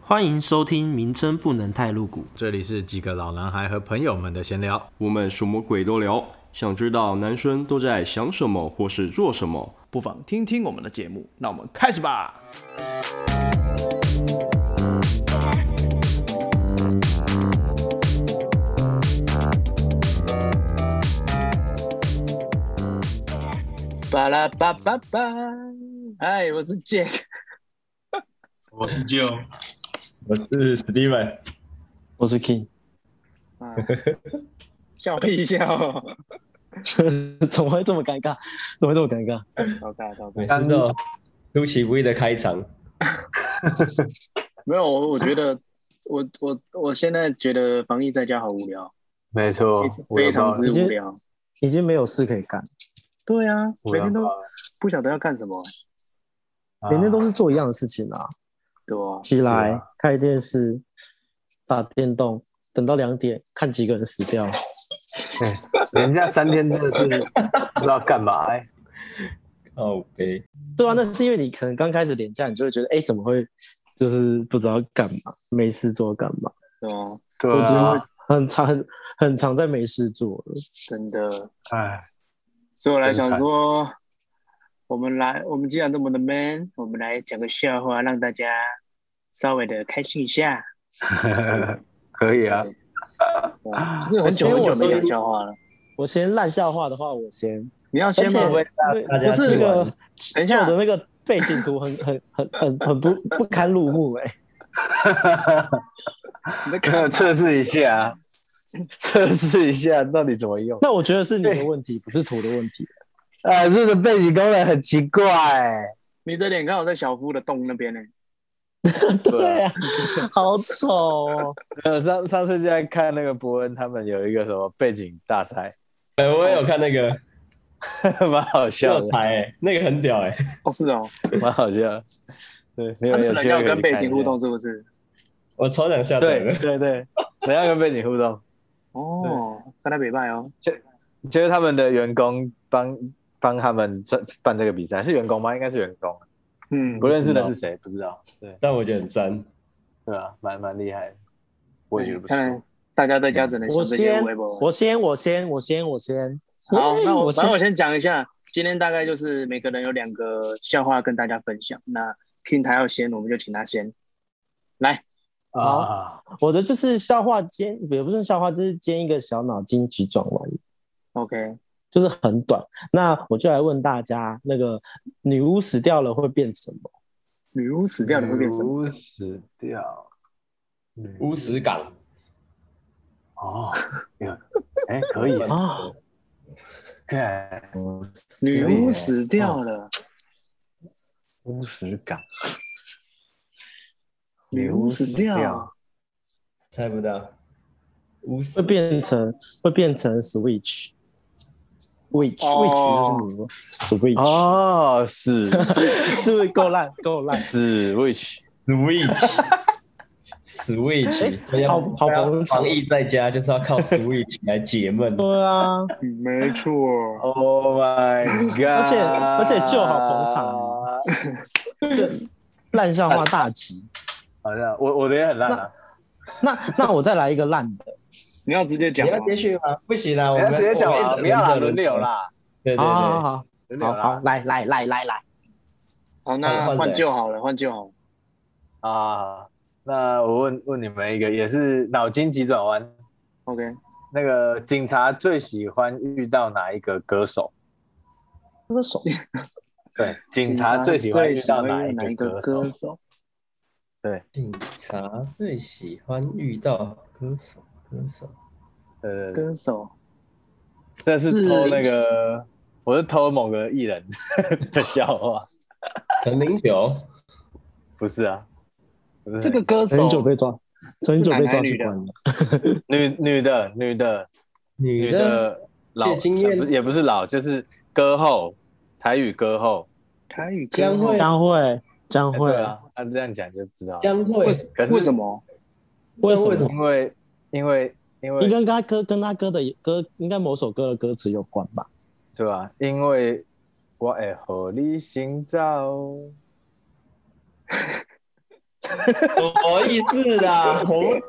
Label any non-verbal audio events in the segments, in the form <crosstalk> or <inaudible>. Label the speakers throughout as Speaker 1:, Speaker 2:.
Speaker 1: 欢迎收听，名称不能太露骨。
Speaker 2: 这里是几个老男孩和朋友们的闲聊，
Speaker 3: 我们什么鬼都聊，想知道男生都在想什么或是做什么。
Speaker 4: 不妨听听我们的节目。那我们开始吧。
Speaker 5: 巴拉巴巴巴，嗨，我是 Jack，
Speaker 6: 我是 Joe，
Speaker 7: 我是 Steven，
Speaker 8: 我是 King， <laughs>
Speaker 5: <laughs> 啊，笑屁笑，
Speaker 8: 怎么会这么尴尬？怎么会这么尴尬？
Speaker 5: 糟糕糟糕
Speaker 7: 每，次都出其不意的开场，
Speaker 5: 没有，我我觉得我我我现在觉得防疫在家好无聊，
Speaker 6: 没错
Speaker 5: 非常非常之哦无聊，
Speaker 8: 已经没有事可以干，
Speaker 5: 对啊，
Speaker 6: 我
Speaker 5: 每天都
Speaker 6: 要
Speaker 5: 不晓得要干什么，
Speaker 6: 啊
Speaker 8: 每天都是做一样的事情啊，
Speaker 5: 对吧？
Speaker 8: 起来开电视，打电动，等到两点看几个人死掉。
Speaker 6: 人家三天真的
Speaker 5: <laughs>
Speaker 6: 是不知道干嘛哎、
Speaker 7: 靠背，
Speaker 8: 对啊，那是因为你可能刚开始连假，你就会觉得，哎，怎么会就是不知道干嘛，没事做干嘛？
Speaker 5: 对啊，
Speaker 6: 对
Speaker 8: 我觉
Speaker 6: 啊
Speaker 8: 得，很常很很常在没事做了。
Speaker 5: 真的，
Speaker 6: 哎，
Speaker 5: 所以我来
Speaker 6: 真
Speaker 5: 想
Speaker 6: 惨
Speaker 5: 说，我们来，我们既然这么的 man，我们来讲个笑话，让大家稍微的开心一下，
Speaker 6: 哎
Speaker 5: <laughs>
Speaker 6: 可以啊，
Speaker 5: 对吧就是很久很久没
Speaker 8: 而且我是
Speaker 5: 讲笑话了，
Speaker 8: 我先烂笑话的话，我先
Speaker 5: 你要先
Speaker 8: 而
Speaker 5: 吗
Speaker 8: 且？
Speaker 7: 大家
Speaker 8: 不是那
Speaker 7: 听完
Speaker 8: 个
Speaker 5: 等一下
Speaker 8: 旧的那个背景图很很很很很不不堪入目哎、
Speaker 5: 你在看
Speaker 6: 测试一下，测试一下到底怎么用。
Speaker 8: 那我觉得是你的问题，不是图的问题。
Speaker 6: 啊，这个背景功能很奇怪、
Speaker 5: 你的脸刚好在小夫的洞那边呢。
Speaker 8: 对 <laughs> 啊，好丑哦！
Speaker 6: 呃，上上次就在看那个伯恩他们有一个什么背景大赛， <laughs>
Speaker 7: 哎、我也有看那个
Speaker 6: 蛮好笑
Speaker 7: 教
Speaker 6: 的，
Speaker 7: 材、哎，那个很屌哎、
Speaker 5: 哦，是哦，
Speaker 6: 蛮好笑的。对，你
Speaker 5: 他
Speaker 6: 们有
Speaker 5: 们
Speaker 6: 机
Speaker 5: 要
Speaker 6: 会可以
Speaker 5: 跟背
Speaker 6: 看一
Speaker 5: 景
Speaker 6: 下
Speaker 5: 互，动是不是？
Speaker 7: 我超想下载
Speaker 6: 对
Speaker 7: 的。
Speaker 6: 对对，人家跟背景互动。
Speaker 5: 哦，跟他北拜哦，
Speaker 6: 就是他们的员工帮帮他们这办这个比赛，是员工吗？应该是员工，
Speaker 5: 嗯
Speaker 6: 不，认识的是谁不知道。对
Speaker 7: 但我觉得很赞，
Speaker 6: 对啊，蛮蛮厉害的，我也觉得不错
Speaker 5: 看。来大家在家只能想
Speaker 8: 嗯我
Speaker 5: 这些
Speaker 8: 先
Speaker 5: 微博。，
Speaker 8: 我先，我先，我先，我先。
Speaker 5: 好，
Speaker 8: 耶
Speaker 5: 那我
Speaker 8: 我
Speaker 5: 反正我
Speaker 8: 先。
Speaker 5: 先讲一下，今天大概就是每个人有两个笑话跟大家分享。那 King 他要先，我们就请他先来。
Speaker 6: 啊，
Speaker 8: 我的就是消化煎，也不是消化，就是煎一个小脑筋急转弯，
Speaker 5: OK，
Speaker 8: 就是很短。那我就来问大家，那个女巫死掉了会变什么？
Speaker 5: 女巫死掉了会变成
Speaker 6: 女巫死掉，女
Speaker 7: 乌石港
Speaker 6: 哦，有哎，可 <laughs> 以
Speaker 8: 啊，
Speaker 6: 看
Speaker 5: 女巫死掉了，
Speaker 8: 哦
Speaker 6: 乌石港，
Speaker 5: 女巫死掉，
Speaker 7: 猜不到，乌
Speaker 8: 会
Speaker 7: 石
Speaker 8: 变成会变成 Switch。Which
Speaker 5: 哦
Speaker 8: which 就是女巫 Switch，、
Speaker 6: 哦，死
Speaker 8: <laughs> 是不是够烂够烂？
Speaker 6: 死 which
Speaker 7: Switch Switch，
Speaker 8: 好好捧场
Speaker 7: 防疫在家就是要靠 Switch 来解闷。
Speaker 8: 对啊，
Speaker 5: 嗯没错。
Speaker 6: Oh my god！
Speaker 8: 而且而且就好捧场烂笑话大集。
Speaker 6: 好像我我的也很烂啊，
Speaker 8: 那那我再来一个烂的
Speaker 5: 你要直接讲
Speaker 7: 你
Speaker 5: 吗
Speaker 7: 要？接续吗？不行啦，我
Speaker 6: 不
Speaker 7: 们
Speaker 6: 要直接讲
Speaker 7: 我
Speaker 6: 啊，
Speaker 7: 们
Speaker 6: 不要啦，轮
Speaker 7: 轮
Speaker 6: 流。啦，
Speaker 7: 对对
Speaker 8: 好
Speaker 3: 啊
Speaker 7: 对，
Speaker 8: 好
Speaker 6: 轮流
Speaker 8: 好好
Speaker 6: 啦
Speaker 8: 好，来来来来来，
Speaker 5: 好，那
Speaker 7: 换换
Speaker 5: 换
Speaker 7: 谁
Speaker 5: 就好了，换就好了。
Speaker 6: 啊！那我问问你们一个，也是脑筋急转弯，
Speaker 5: OK，
Speaker 6: 那个警察最喜欢遇到哪一个歌手？
Speaker 8: 歌手
Speaker 6: 对，警察最喜欢遇到哪一个歌手？
Speaker 5: 手？
Speaker 7: 警察最喜欢遇到歌手，歌手。
Speaker 6: 对对对，
Speaker 5: 歌手，
Speaker 6: 这是偷那个，我是偷某个艺人的笑话，
Speaker 7: 陈零九，
Speaker 6: 不是啊，不是
Speaker 5: 这个歌手
Speaker 8: 很久被抓，很久被抓去关了。
Speaker 6: 女女的女的
Speaker 7: 女
Speaker 6: 女
Speaker 7: 的，
Speaker 6: 的老
Speaker 7: 谢金燕
Speaker 6: 不是也不是老，就是歌后，台语歌后。
Speaker 5: 台语歌
Speaker 7: 江
Speaker 5: 后
Speaker 7: 蕙，
Speaker 8: 将会将
Speaker 6: 哎
Speaker 8: 会
Speaker 6: 对，啊，他这样讲就知道了。
Speaker 7: 江
Speaker 5: 为
Speaker 7: 蕙，
Speaker 6: 可是
Speaker 5: 为什么？
Speaker 8: 为什么？
Speaker 6: 因为因为因
Speaker 8: 应
Speaker 6: 为
Speaker 8: 该跟他歌跟他歌的歌，应该某首歌的歌词有关吧？ <laughs>
Speaker 6: 对吧、因为我会和你寻找。
Speaker 7: 什么意思啦？我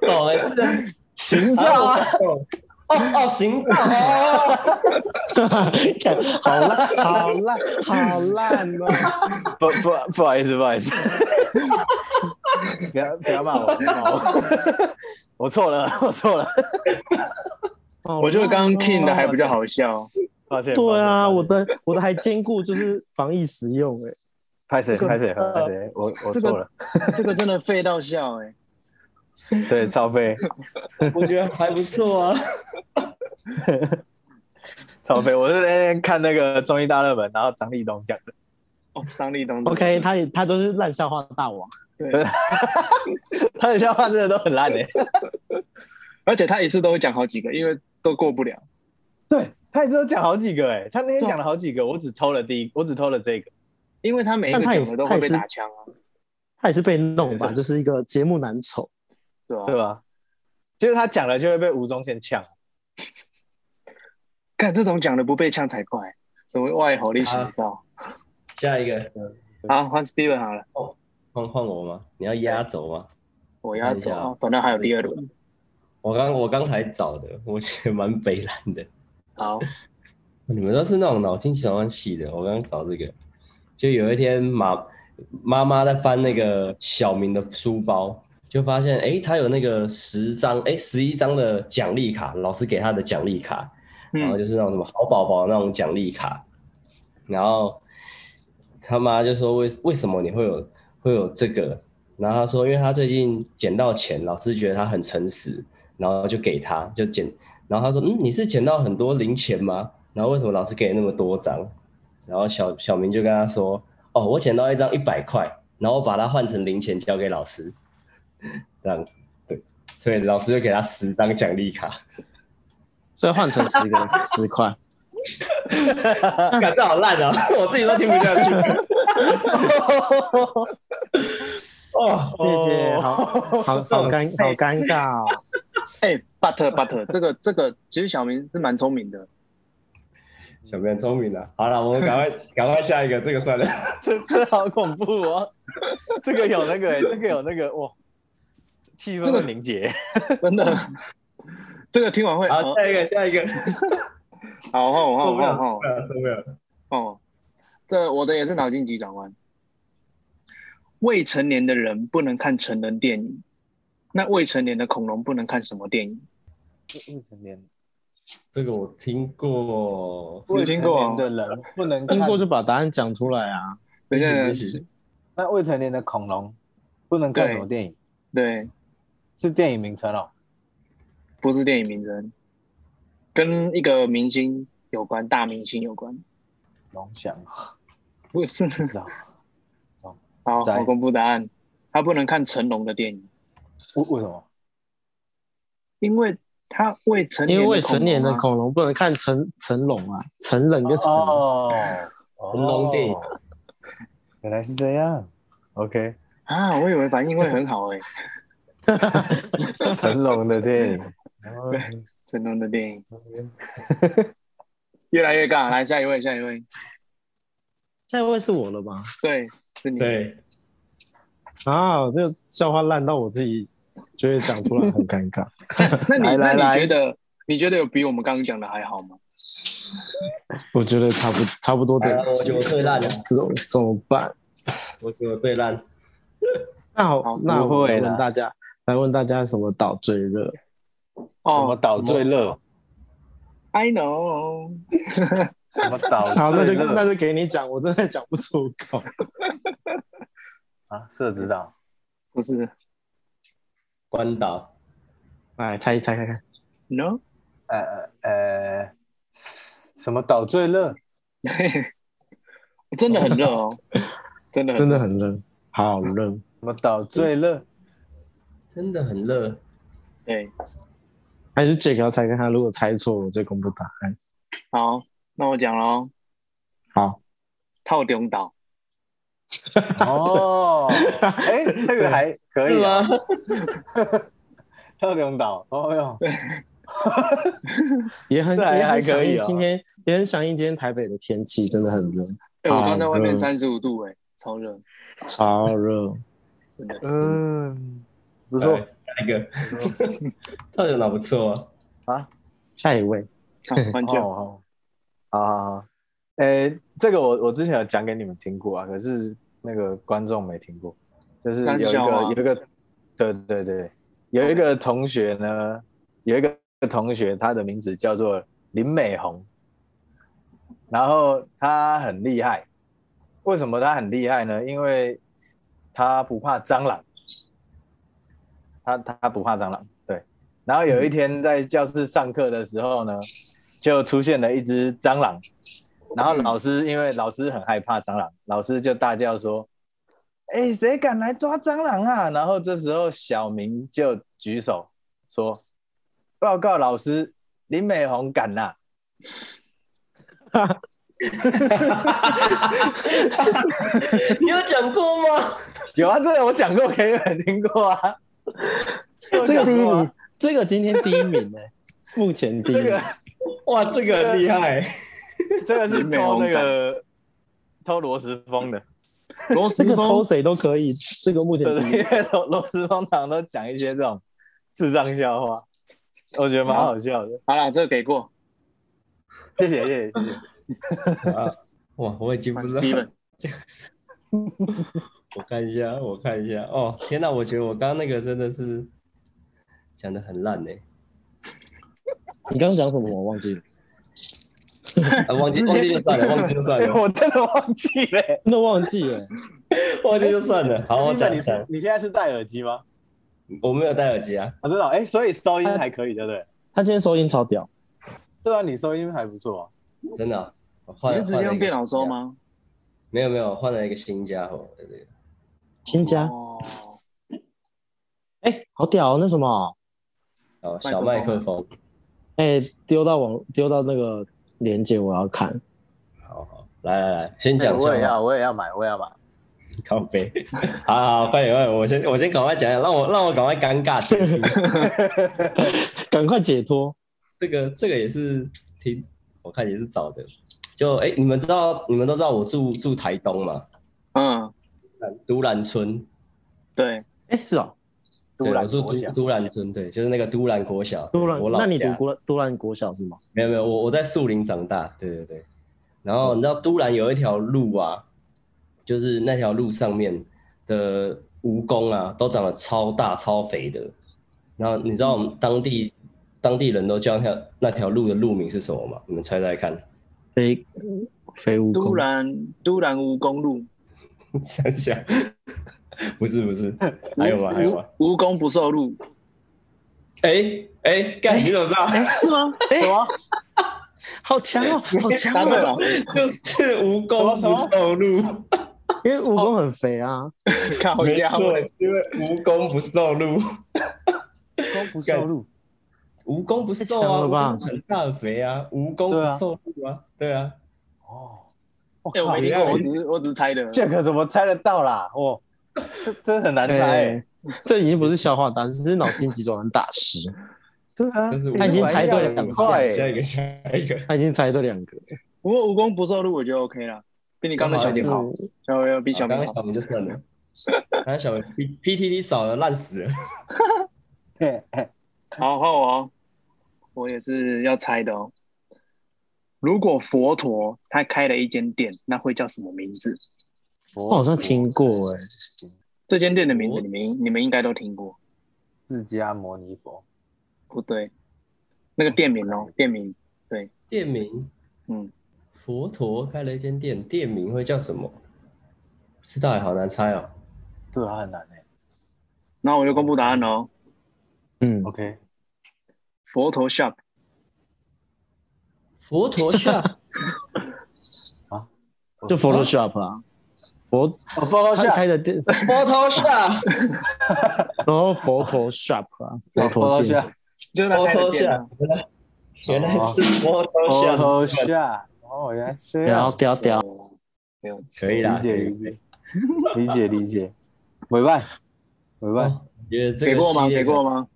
Speaker 7: 不懂哎、这个
Speaker 8: 行照啊，
Speaker 7: 哦哦，行道哦，
Speaker 8: 看好烂，好烂，好烂哦！
Speaker 6: 不不 <laughs> 不好意思，不好意思，不要不 <laughs> 要骂我，不要骂我，我错了， <laughs> 我错了，
Speaker 5: 我觉得刚刚 King 的还比较好笑，
Speaker 6: 抱歉。
Speaker 8: 对啊，
Speaker 6: 抱歉
Speaker 8: 我的我的还兼顾就是防疫实用哎、
Speaker 6: 拍谁
Speaker 8: 这个
Speaker 6: 拍谁
Speaker 8: 呃
Speaker 6: 拍谁，我我
Speaker 8: 这个
Speaker 6: 错了，
Speaker 5: 这个真的废到笑哎、
Speaker 6: 对，超飞
Speaker 8: 我觉得还不错啊。
Speaker 6: 超飞，我是那天看那个综艺大热门，然后张立东讲的，
Speaker 5: 哦，张立东
Speaker 8: OK，他也他都是烂笑话大王，
Speaker 6: 他的笑话真的都很烂欸诶、
Speaker 5: 而且他一次都会讲好几个，因为都过不了。
Speaker 6: 对他也是有讲好几个诶、欸他那天
Speaker 5: 对啊
Speaker 6: 讲了好几个，我只抽了第一，我只抽了这个，
Speaker 5: 因为他每一个
Speaker 8: 但他也
Speaker 5: 讲
Speaker 8: 是
Speaker 5: 的都会被打枪啊，
Speaker 8: 他也是被弄吧，
Speaker 6: 对
Speaker 8: 就是一个节目男丑。
Speaker 5: 对吧、啊
Speaker 6: 对吧？就是他讲了就会被吴宗宪呛，
Speaker 5: 看这种讲的不被呛才怪，什么外吼力行照。
Speaker 7: 下一个嗯
Speaker 5: 好，换 Steven 好了，
Speaker 7: 换换我吗？你要压轴吗？
Speaker 5: 我要
Speaker 7: 看一
Speaker 5: 走
Speaker 8: 哎
Speaker 7: 下
Speaker 5: 啊，反正还有第二轮。
Speaker 7: 我刚我刚才找的，我觉得蛮北蓝的。
Speaker 5: 好，
Speaker 7: 你们都是那种脑筋急转弯系的。我刚刚找这个，就有一天妈妈妈在翻那个小明的书包，就发现诶，他有那个十张诶，十一张的奖励卡，老师给他的奖励卡，然后
Speaker 5: 嗯，
Speaker 7: 就是那种什么好宝宝那种奖励卡，然后他妈就说为为什么你会有会有这个？然后他说，因为他最近捡到钱，老师觉得他很诚实，然后就给他就捡，然后他说，嗯，你是捡到很多零钱吗？然后为什么老师给那么多张？然后小小明就跟他说，哦，我捡到一张一百块，然后我把它换成零钱交给老师， <laughs> 这样子，对，所以老师就给他十张奖励卡。
Speaker 8: 所以换成十个十块，
Speaker 7: 感觉好烂啊！我自己都听不下去。哦，
Speaker 8: <laughs> 谢谢，好好好尴好尴尬哦。
Speaker 5: 哎，But But 这个这个，其实小明是蛮聪明的，
Speaker 7: 小编聪明了。好了，我们赶快赶快下一个，这个算了。
Speaker 6: <laughs> 这 <laughs> 这好恐怖哦！这个有那个、欸，这个有那个，哇，气氛会凝结。
Speaker 5: <laughs> 真的。这个听完
Speaker 8: 啊
Speaker 5: 会
Speaker 7: 好，
Speaker 5: 哦
Speaker 7: 下一个，下一个。 <laughs>
Speaker 5: 好，换我，换
Speaker 7: 受
Speaker 5: 我，
Speaker 7: 不了，
Speaker 5: 换
Speaker 7: 受
Speaker 5: 我换我
Speaker 7: 不。了，受不了。
Speaker 5: 哦，这我的也是脑筋急转弯。未成年的人不能看成人电影，那未成年的恐龙不能看什么电影？
Speaker 6: 未成年，
Speaker 7: 这个我听过，
Speaker 5: 你听过啊
Speaker 6: 未成年的人不能看
Speaker 8: 经过就把答案讲出来啊。
Speaker 5: 等一下，
Speaker 7: 不
Speaker 5: 等一下
Speaker 7: 行，
Speaker 6: 那未成年的恐龙不能看什么电影？
Speaker 5: 对，
Speaker 6: 是电影名称哦。
Speaker 5: 不是电影名称，跟一个明星有关，大明星有关，
Speaker 6: 龙翔
Speaker 5: 不
Speaker 8: <laughs>
Speaker 5: 是。
Speaker 6: 不知道，
Speaker 5: 好，
Speaker 6: 在
Speaker 5: 我公布答案，他不能看成龙的电影，
Speaker 6: 为 <laughs> 为什么？
Speaker 5: 因为他未成年
Speaker 8: 因
Speaker 5: 的
Speaker 8: 为
Speaker 5: 恐龙啊
Speaker 8: 未成年的恐龙不能看成成龙啊，成人跟成龙。
Speaker 6: 哦，
Speaker 7: 成龙电影
Speaker 6: 哦，原来是这样。OK，
Speaker 7: <laughs>
Speaker 5: 啊，我以为反应会很好哎、
Speaker 6: 成龙的电影。哦
Speaker 5: 成龙的电影， <laughs> 越来越尬，来下一位，下一位，
Speaker 8: 下一位是我了吧？
Speaker 5: 对，是你，
Speaker 7: 对，
Speaker 8: 啊，这个笑话烂到我自己觉得讲出来很尴尬。
Speaker 5: 那
Speaker 6: 来
Speaker 5: 你
Speaker 6: 来
Speaker 5: 那
Speaker 6: 来
Speaker 5: 你觉得你觉得有比我们刚刚讲的还好吗？
Speaker 8: <laughs> 我觉得差不差不多
Speaker 7: 哎
Speaker 8: 的
Speaker 7: 呀，我觉得我最烂了，
Speaker 8: 怎么怎么办？
Speaker 7: 我觉得我最烂。
Speaker 8: 那好
Speaker 5: 好，
Speaker 8: 那
Speaker 6: 不
Speaker 8: 我
Speaker 6: 会
Speaker 8: 来
Speaker 6: 啦
Speaker 8: 问大家，来问大家什么岛最热？
Speaker 6: 什么岛
Speaker 7: 哦
Speaker 6: 最热？
Speaker 5: ，I know，
Speaker 6: 什么岛
Speaker 8: 好，那
Speaker 6: 最
Speaker 8: 就
Speaker 6: 热？
Speaker 8: 那就给你讲，我真的讲不出口。
Speaker 6: 啊，社子岛。
Speaker 5: 不是
Speaker 7: 关岛，
Speaker 8: 来猜一猜看看，
Speaker 5: ，no， <laughs>
Speaker 6: 呃呃呃，什么岛最热？
Speaker 5: 真的很热哦，真的
Speaker 6: <laughs>
Speaker 5: 很
Speaker 8: 真
Speaker 5: 热
Speaker 8: 的很热，好热。
Speaker 6: 什么岛最热？
Speaker 7: 真的很热。
Speaker 5: 对，
Speaker 8: 还是 Jack 要猜看看，如果猜错，我再公布答案。
Speaker 5: 好，那我讲喽，
Speaker 8: 好，
Speaker 5: 套顶岛，
Speaker 6: 哦，哎，这个还可以啊。特种岛，哦哟，
Speaker 8: 也很
Speaker 6: 这还
Speaker 8: 也
Speaker 6: 还
Speaker 8: 很
Speaker 6: 可
Speaker 8: 响
Speaker 6: 以
Speaker 8: 应
Speaker 6: 哦
Speaker 8: 今天，也很响应今天台北的天气，真的很热，
Speaker 5: 哎，我刚在外面
Speaker 8: 好热
Speaker 5: 三十五度，哎，超热，
Speaker 8: 超热。
Speaker 5: 真的。
Speaker 6: 嗯，不错
Speaker 7: 哎，下一个，他人脑不错啊。
Speaker 8: 下一位，
Speaker 6: <laughs>
Speaker 5: 好，换
Speaker 6: 好
Speaker 5: 教。
Speaker 6: 好好好好，诶、这个我我之前有讲给你们听过啊，可是那个观众没听过，就是有
Speaker 5: 三
Speaker 6: 一
Speaker 5: 十
Speaker 6: 个
Speaker 5: 笑话
Speaker 6: 有一个，对对对，有一个同学呢，有一个同学他的名字叫做林美红，然后他很厉害，为什么他很厉害呢？因为他不怕蟑螂，他他不怕蟑螂，对。然后有
Speaker 5: 嗯
Speaker 6: 一天在教室上课的时候呢，就出现了一只蟑螂，然后老师因为老师很害怕蟑螂，老师就大叫说：“哎，谁敢来抓蟑螂啊？”然后这时候小明就举手说：“报告老师，林美红敢啦、
Speaker 7: 你有讲过吗？
Speaker 6: 有啊，这个我讲过给你们听过啊。
Speaker 8: 这个第一名，这个今天第一名呢、目前第一
Speaker 6: 这
Speaker 8: 名 <laughs>
Speaker 6: 个。
Speaker 7: 哇，这个很厉害。
Speaker 6: 这个是
Speaker 5: 林美
Speaker 6: 偷
Speaker 5: 红
Speaker 6: 那个偷螺丝风的，
Speaker 5: 罗
Speaker 8: 这
Speaker 5: 斯
Speaker 8: 个偷
Speaker 5: 风，
Speaker 8: 谁都可以，这个目前
Speaker 6: 对
Speaker 8: 第一
Speaker 6: 对，因为螺螺丝风常都讲一些这种智障笑话，我觉得蛮好笑的。
Speaker 5: 好了，这个给过。
Speaker 6: 谢谢谢谢谢谢。
Speaker 7: 啊哇，我已经不知道。
Speaker 5: Steven，
Speaker 7: <laughs> 我看一下，我看一下。哦，天哪！我觉得我刚刚那个真的是讲的很烂呢、欸
Speaker 8: 你刚刚讲什么我忘记了，
Speaker 7: 啊，忘记忘记就算了，忘记就算了，
Speaker 6: 哎我真的忘记了、
Speaker 8: 真的忘记了。
Speaker 7: 忘记就算了。好，我
Speaker 6: 那
Speaker 7: 讲
Speaker 6: 你
Speaker 7: 一
Speaker 6: 是
Speaker 7: 讲。
Speaker 6: 你现在是戴耳机吗？
Speaker 7: 我没有戴耳机啊，
Speaker 6: 啊，真的哦、哎、所以收音还可以，对不对？
Speaker 8: 他今天收音超屌，
Speaker 6: 对啊，你收音还不错、啊。
Speaker 7: 真的啊、我换
Speaker 5: 你
Speaker 7: 了
Speaker 5: 是直接用电脑
Speaker 7: 换了
Speaker 5: 收？
Speaker 7: 一个新家
Speaker 5: 吗？
Speaker 7: 没有没有，换了一个新家伙。对对
Speaker 8: 新家，
Speaker 5: 哦，
Speaker 8: 哎、好屌、哦，那什么，
Speaker 7: 哦，小麦克风。
Speaker 8: 哎、丢到网，丢到那个链接，我要看。
Speaker 7: 好好，来来来，先讲
Speaker 6: 哎我也
Speaker 7: 笑话
Speaker 6: 要，我也要买，我也要买。
Speaker 7: 靠背。 <laughs> 好好，快点快点，我先我先赶快讲讲，让我让我赶快尴尬结束。
Speaker 8: 赶快解脱，
Speaker 7: 这个这个也是挺，我看也是找的。就哎、你们知道你们都知道我住住台东嘛，
Speaker 5: 嗯，
Speaker 7: 都兰村，
Speaker 5: 对，
Speaker 8: 哎、是哦，
Speaker 6: 都
Speaker 7: 对，
Speaker 6: 兰
Speaker 7: 我住
Speaker 6: 国小
Speaker 7: 都都兰村，对，就是那个都兰国小，
Speaker 8: 都兰
Speaker 7: 我，老
Speaker 8: 那你读
Speaker 7: 家
Speaker 8: 国都兰国小是吗？
Speaker 7: 没有没有，我我在树林长大，对对对。然后你知道都兰有一条路啊，就是那条路上面的蜈蚣啊，都长得超大超肥的。然后你知道我们当地当地人都叫那条那条路的路名是什么吗？你们猜猜看， <laughs>
Speaker 8: 飞飞蜈
Speaker 5: 都
Speaker 8: 蚣，
Speaker 5: 兰都兰蜈蚣路，
Speaker 7: 想想， <laughs> 不是不是，还有吗？啊还有吗？
Speaker 5: 蜈蜈蚣不受路，
Speaker 7: 哎哎，干你怎么知道？
Speaker 5: 是吗？
Speaker 7: <laughs>
Speaker 5: 哎，
Speaker 8: 好强哦，好强
Speaker 5: 答对
Speaker 8: 哦，
Speaker 5: 了，
Speaker 7: 就是蜈蚣不受路，
Speaker 8: 因为蜈
Speaker 7: 哦
Speaker 8: 蚣很肥啊，
Speaker 5: 靠
Speaker 7: 没
Speaker 5: 腰，
Speaker 7: 错，因为蜈蚣不受路。
Speaker 6: 都不
Speaker 7: 干
Speaker 6: 收录，
Speaker 7: 蜈蚣不瘦
Speaker 8: 太强
Speaker 7: 啊，
Speaker 8: 了吧
Speaker 7: 蜈蚣很大很肥啊，蜈蚣
Speaker 6: 对啊
Speaker 7: 不瘦路啊，对啊，
Speaker 6: 哦
Speaker 5: 哎，我没听过，我只是我只是猜的。
Speaker 6: 这可怎么猜得到啦？哦，这真很难猜、
Speaker 8: 哎这已经不是笑话答，只是脑筋急转弯大师，
Speaker 6: 对啊
Speaker 7: 就是
Speaker 8: 他已经猜对了
Speaker 7: 两
Speaker 8: 两
Speaker 6: 块
Speaker 7: <laughs> 下一个，下一个，
Speaker 8: 他已经猜对两个，
Speaker 5: 不过蜈蚣不受路，我觉得 OK 了，比你刚才小明
Speaker 8: 嗯
Speaker 5: 好，小明比小
Speaker 7: 刚
Speaker 5: 明
Speaker 7: 刚
Speaker 5: 好
Speaker 7: 小。明就算了，刚刚小明 P P T D 找的烂死了，
Speaker 5: 好，换我哦，我也是要猜的哦。如果佛陀他开了一间店，那会叫什么名字？
Speaker 8: 我好像听过哎、
Speaker 5: 这间店的名字你们你们应该都听过，
Speaker 6: 释迦牟尼佛，
Speaker 5: 不对？那个店名哦，店名
Speaker 7: 店名，
Speaker 5: 嗯，
Speaker 7: 佛陀开了一间店，店名会叫什么？不知道欸，好难猜哦。
Speaker 6: 对啊，很难哎、
Speaker 5: 然后我就公布答案喽。
Speaker 8: 嗯，
Speaker 6: OK，
Speaker 5: 佛陀 shop，
Speaker 7: 佛陀下 <laughs>
Speaker 8: 就 Photoshop 啊，佛
Speaker 7: 哦
Speaker 6: 我 follow
Speaker 8: 他
Speaker 7: 啊
Speaker 6: 下
Speaker 8: 开的店，
Speaker 7: ，Photoshop，
Speaker 8: 然后 Photoshop 啊，佛陀
Speaker 6: follow
Speaker 8: 店。
Speaker 6: 下
Speaker 5: 就是他开的店啊。
Speaker 7: 原来
Speaker 5: 哦
Speaker 7: 是 Photoshop，
Speaker 6: follow 下，哦，原来是这
Speaker 8: 啊然后
Speaker 6: 样，
Speaker 8: 屌屌，
Speaker 5: 没有
Speaker 7: 可以啦，
Speaker 6: 理解
Speaker 7: 可以
Speaker 6: 理解 <laughs> 理解理解，委办委办
Speaker 7: 哦觉得这个
Speaker 5: 给过吗？
Speaker 7: 系列
Speaker 5: 给
Speaker 7: 可
Speaker 5: 过吗？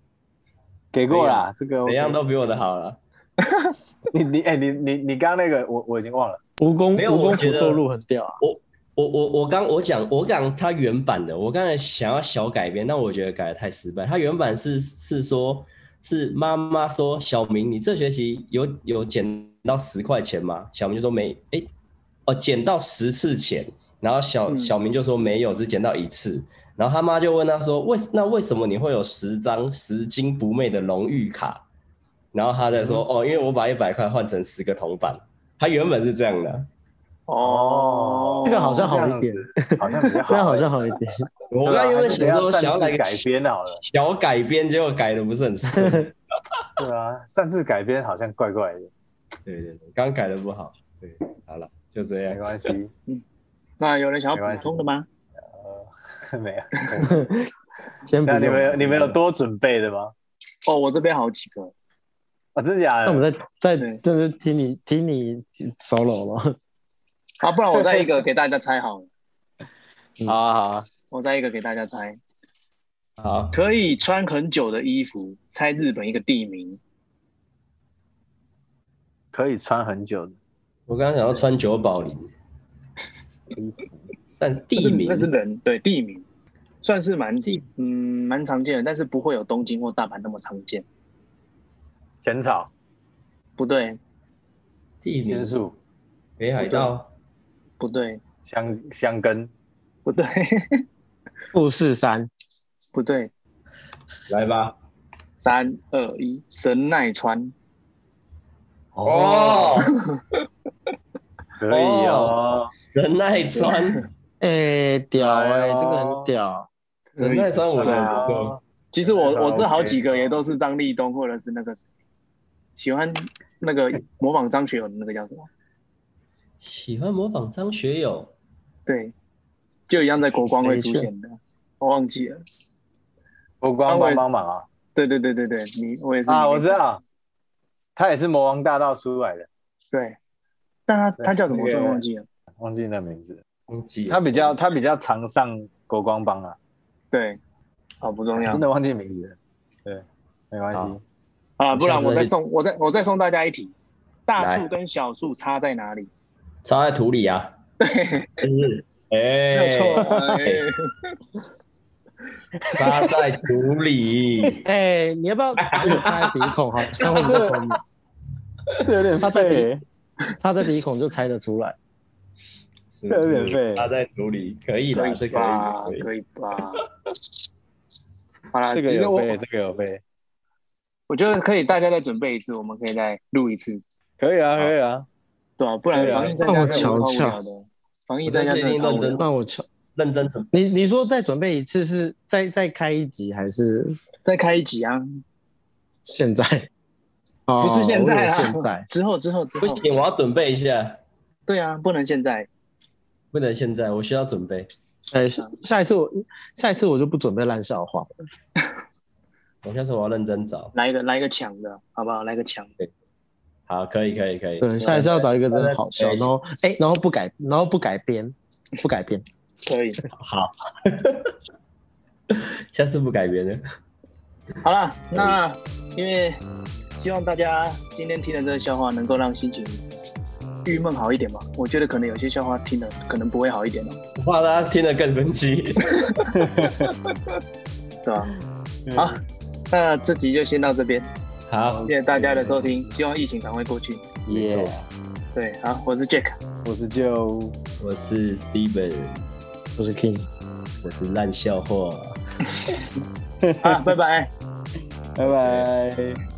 Speaker 6: 给过啦，这个
Speaker 7: 啊怎样都比我的好了。
Speaker 6: 你你哎你你你刚刚那个我我已经忘了，
Speaker 8: 蜈蚣
Speaker 7: 没
Speaker 8: 蜈
Speaker 7: 有我
Speaker 8: 蚣
Speaker 7: 觉
Speaker 8: 福
Speaker 7: 得
Speaker 8: 寿路很屌啊，
Speaker 7: 我我我我刚我讲我讲它原版的，我刚才想要小改编，但我觉得改的太失败。它原版是是说，是妈妈说小明，你这学期有有捡到十块钱吗？小明就说没，哎、哦捡到十次钱，然后小
Speaker 5: 嗯
Speaker 7: 小明就说没有，只捡到一次。然后他妈就问他说，为那为什么你会有十张拾金不昧的荣誉卡？然后他在说，
Speaker 6: 嗯
Speaker 7: 哦，因为我把一百块换成十个铜板。他原本是这样的，
Speaker 5: 哦，
Speaker 8: 这个好像好一点，
Speaker 6: 好像
Speaker 8: <laughs>
Speaker 6: 比较好。
Speaker 8: 这样好像好一点。
Speaker 7: <laughs> 我
Speaker 6: 对啊
Speaker 7: 刚
Speaker 6: 还
Speaker 7: 原本
Speaker 6: 是
Speaker 7: 想说
Speaker 6: 不要
Speaker 7: 想
Speaker 6: 擅
Speaker 7: 要来
Speaker 6: 自
Speaker 7: 个
Speaker 6: 改编好了。
Speaker 7: 小改编，结果改的不是很
Speaker 5: <laughs>
Speaker 7: 深。
Speaker 6: 对啊，擅自改编好像怪怪的，
Speaker 7: 对对对，刚改的不好。对，好了，就这
Speaker 6: 没
Speaker 7: 样。
Speaker 6: 关系，
Speaker 5: 那有人想
Speaker 6: 没
Speaker 5: 要
Speaker 6: 关
Speaker 5: 补
Speaker 6: 系
Speaker 5: 充的吗？
Speaker 6: 没
Speaker 8: <laughs>
Speaker 6: 有。
Speaker 8: 先不
Speaker 6: 那
Speaker 8: 用
Speaker 6: 你们有你们有多准备的吗？
Speaker 5: 哦，我这边好几个。
Speaker 6: 啊，真的假
Speaker 8: 那我
Speaker 6: 的？
Speaker 8: 们再再
Speaker 5: 对
Speaker 8: 就是听你听你 solo 了，
Speaker 5: 啊，不然我再一个给大家猜好了， <laughs>
Speaker 6: 好啊好啊，
Speaker 5: 我再一个给大家猜。
Speaker 7: 好，
Speaker 5: 可以穿很久的衣服，猜日本一个地名。
Speaker 6: 可以穿很久的。
Speaker 7: 我刚刚想要穿九保林，但
Speaker 5: 那
Speaker 7: 地
Speaker 5: 是
Speaker 7: 名
Speaker 5: 那是人，对地名，算是蛮地，嗯，蛮常见的，但是不会有东京或大阪那么常见。
Speaker 6: 浅草、
Speaker 5: 不对，
Speaker 7: 地
Speaker 6: 新
Speaker 7: 名
Speaker 6: 宿、
Speaker 7: 北海道
Speaker 5: 不对，
Speaker 6: 香香根、
Speaker 5: 不对， <laughs>
Speaker 8: 富士山
Speaker 5: 不对。
Speaker 7: 来吧。
Speaker 5: 三二一，神奈川。
Speaker 7: 哦，
Speaker 6: 可以哦。
Speaker 7: 神奈川，
Speaker 8: 哎、屌哎、
Speaker 6: 哎呦
Speaker 8: 这个很屌，
Speaker 7: 神奈川我觉得不错。
Speaker 6: 啊
Speaker 5: 其实我
Speaker 6: 神奈川
Speaker 5: 我这
Speaker 6: OK
Speaker 5: 好几个也都是张立东或者是那个谁喜欢那个模仿张学友的那个叫什么？
Speaker 7: 喜欢模仿张学友，
Speaker 5: 对，就一样在国光会出现的，我忘记了。
Speaker 6: 国光帮帮忙啊！
Speaker 5: 对对对对对，你我也是
Speaker 6: 啊，我知。道，他也是魔王大道出来的，
Speaker 5: 对，但他他叫什么我
Speaker 6: 对那
Speaker 5: 突
Speaker 6: 个
Speaker 5: 然忘记了。
Speaker 6: 忘记那名字。
Speaker 7: 忘记了
Speaker 6: 他比较他比较常上国光帮啊，
Speaker 5: 对，好不重要
Speaker 6: 真的忘记名字了。对，没关系
Speaker 7: 好。
Speaker 5: 啊，不然我
Speaker 7: 下
Speaker 5: 再
Speaker 7: 次
Speaker 5: 送我再我再送大家一题：大
Speaker 7: 来
Speaker 5: 树跟小树差在哪里？
Speaker 7: 插在土里啊。嗯对，就是
Speaker 5: 没有错
Speaker 7: 哎，，
Speaker 5: 哎
Speaker 7: 插在土
Speaker 5: <laughs>
Speaker 7: 里。
Speaker 8: 哎、你要不要我猜鼻孔好， <laughs> 这样会比较聪明，
Speaker 6: 这有点
Speaker 8: 他在
Speaker 6: 废，
Speaker 8: 他在鼻孔就猜得出来，
Speaker 7: 是
Speaker 6: 这有点
Speaker 7: 是
Speaker 6: 废
Speaker 7: 插在土里可以
Speaker 5: 可
Speaker 7: 的， <laughs> 这
Speaker 5: 以
Speaker 7: 可
Speaker 5: 吧？
Speaker 7: 以，可以。
Speaker 5: 哎可以吧？好了，
Speaker 6: 这个
Speaker 5: 其实
Speaker 6: 有
Speaker 5: 啊我
Speaker 6: 废，这个有废，
Speaker 5: 我觉得可以，大家再准备一次，我们可以再录一次，
Speaker 6: 可以啊，可以啊。
Speaker 5: 对吧、不然
Speaker 6: 对啊
Speaker 5: 防疫在
Speaker 8: 哦
Speaker 5: 家真的超无
Speaker 1: 那
Speaker 5: 聊的，防疫在家真的超无
Speaker 7: 我这次一定认
Speaker 5: 聊
Speaker 7: 真
Speaker 5: 的，
Speaker 8: 让我瞧。
Speaker 7: 认真准
Speaker 8: 你你说再准备一次是再再开一集还是
Speaker 5: 再开一集啊！
Speaker 8: 现在？ <laughs> 哦
Speaker 5: 不是现
Speaker 8: 我以
Speaker 5: 在
Speaker 8: 为
Speaker 5: 啊，
Speaker 8: 现在
Speaker 5: <laughs> 之后之后之
Speaker 7: 不 <laughs>
Speaker 5: 后，
Speaker 7: 行，我要准备一下，
Speaker 5: 对啊，不能现在。
Speaker 7: 不能现在，我需要准备。
Speaker 8: <laughs> 哎、下下一次我下一次我就不准备烂笑话了。
Speaker 7: 我下次我要认真找。
Speaker 5: 来一个来一个强的，好不好？来一个强的。
Speaker 7: 好，可以，可以，可以。
Speaker 8: 对，下一次要找一个真的好笑，
Speaker 7: 对
Speaker 8: 然后哎、然后不改，然后不改编，不改编。
Speaker 5: 可
Speaker 8: <laughs>
Speaker 5: 以。
Speaker 7: 好，下次不改编了。
Speaker 5: 好了，那因为希望大家今天听的这个笑话能够让心情郁闷好一点吧。我觉得可能有些笑话听了可能不会好一点哦，
Speaker 7: 我怕大家听得更生
Speaker 8: <laughs>
Speaker 7: 气。
Speaker 5: 对吧？
Speaker 8: 嗯
Speaker 5: 好，那这集就先到这边，
Speaker 7: 好，
Speaker 5: 谢谢大家的收听，希望疫情赶快过去。
Speaker 7: 耶，
Speaker 5: 对，好，我是 Jack，
Speaker 6: 我是就
Speaker 7: 我是 Steven，
Speaker 8: 我是 King，
Speaker 7: 我是烂笑话。
Speaker 5: 好，拜拜。
Speaker 6: 拜拜。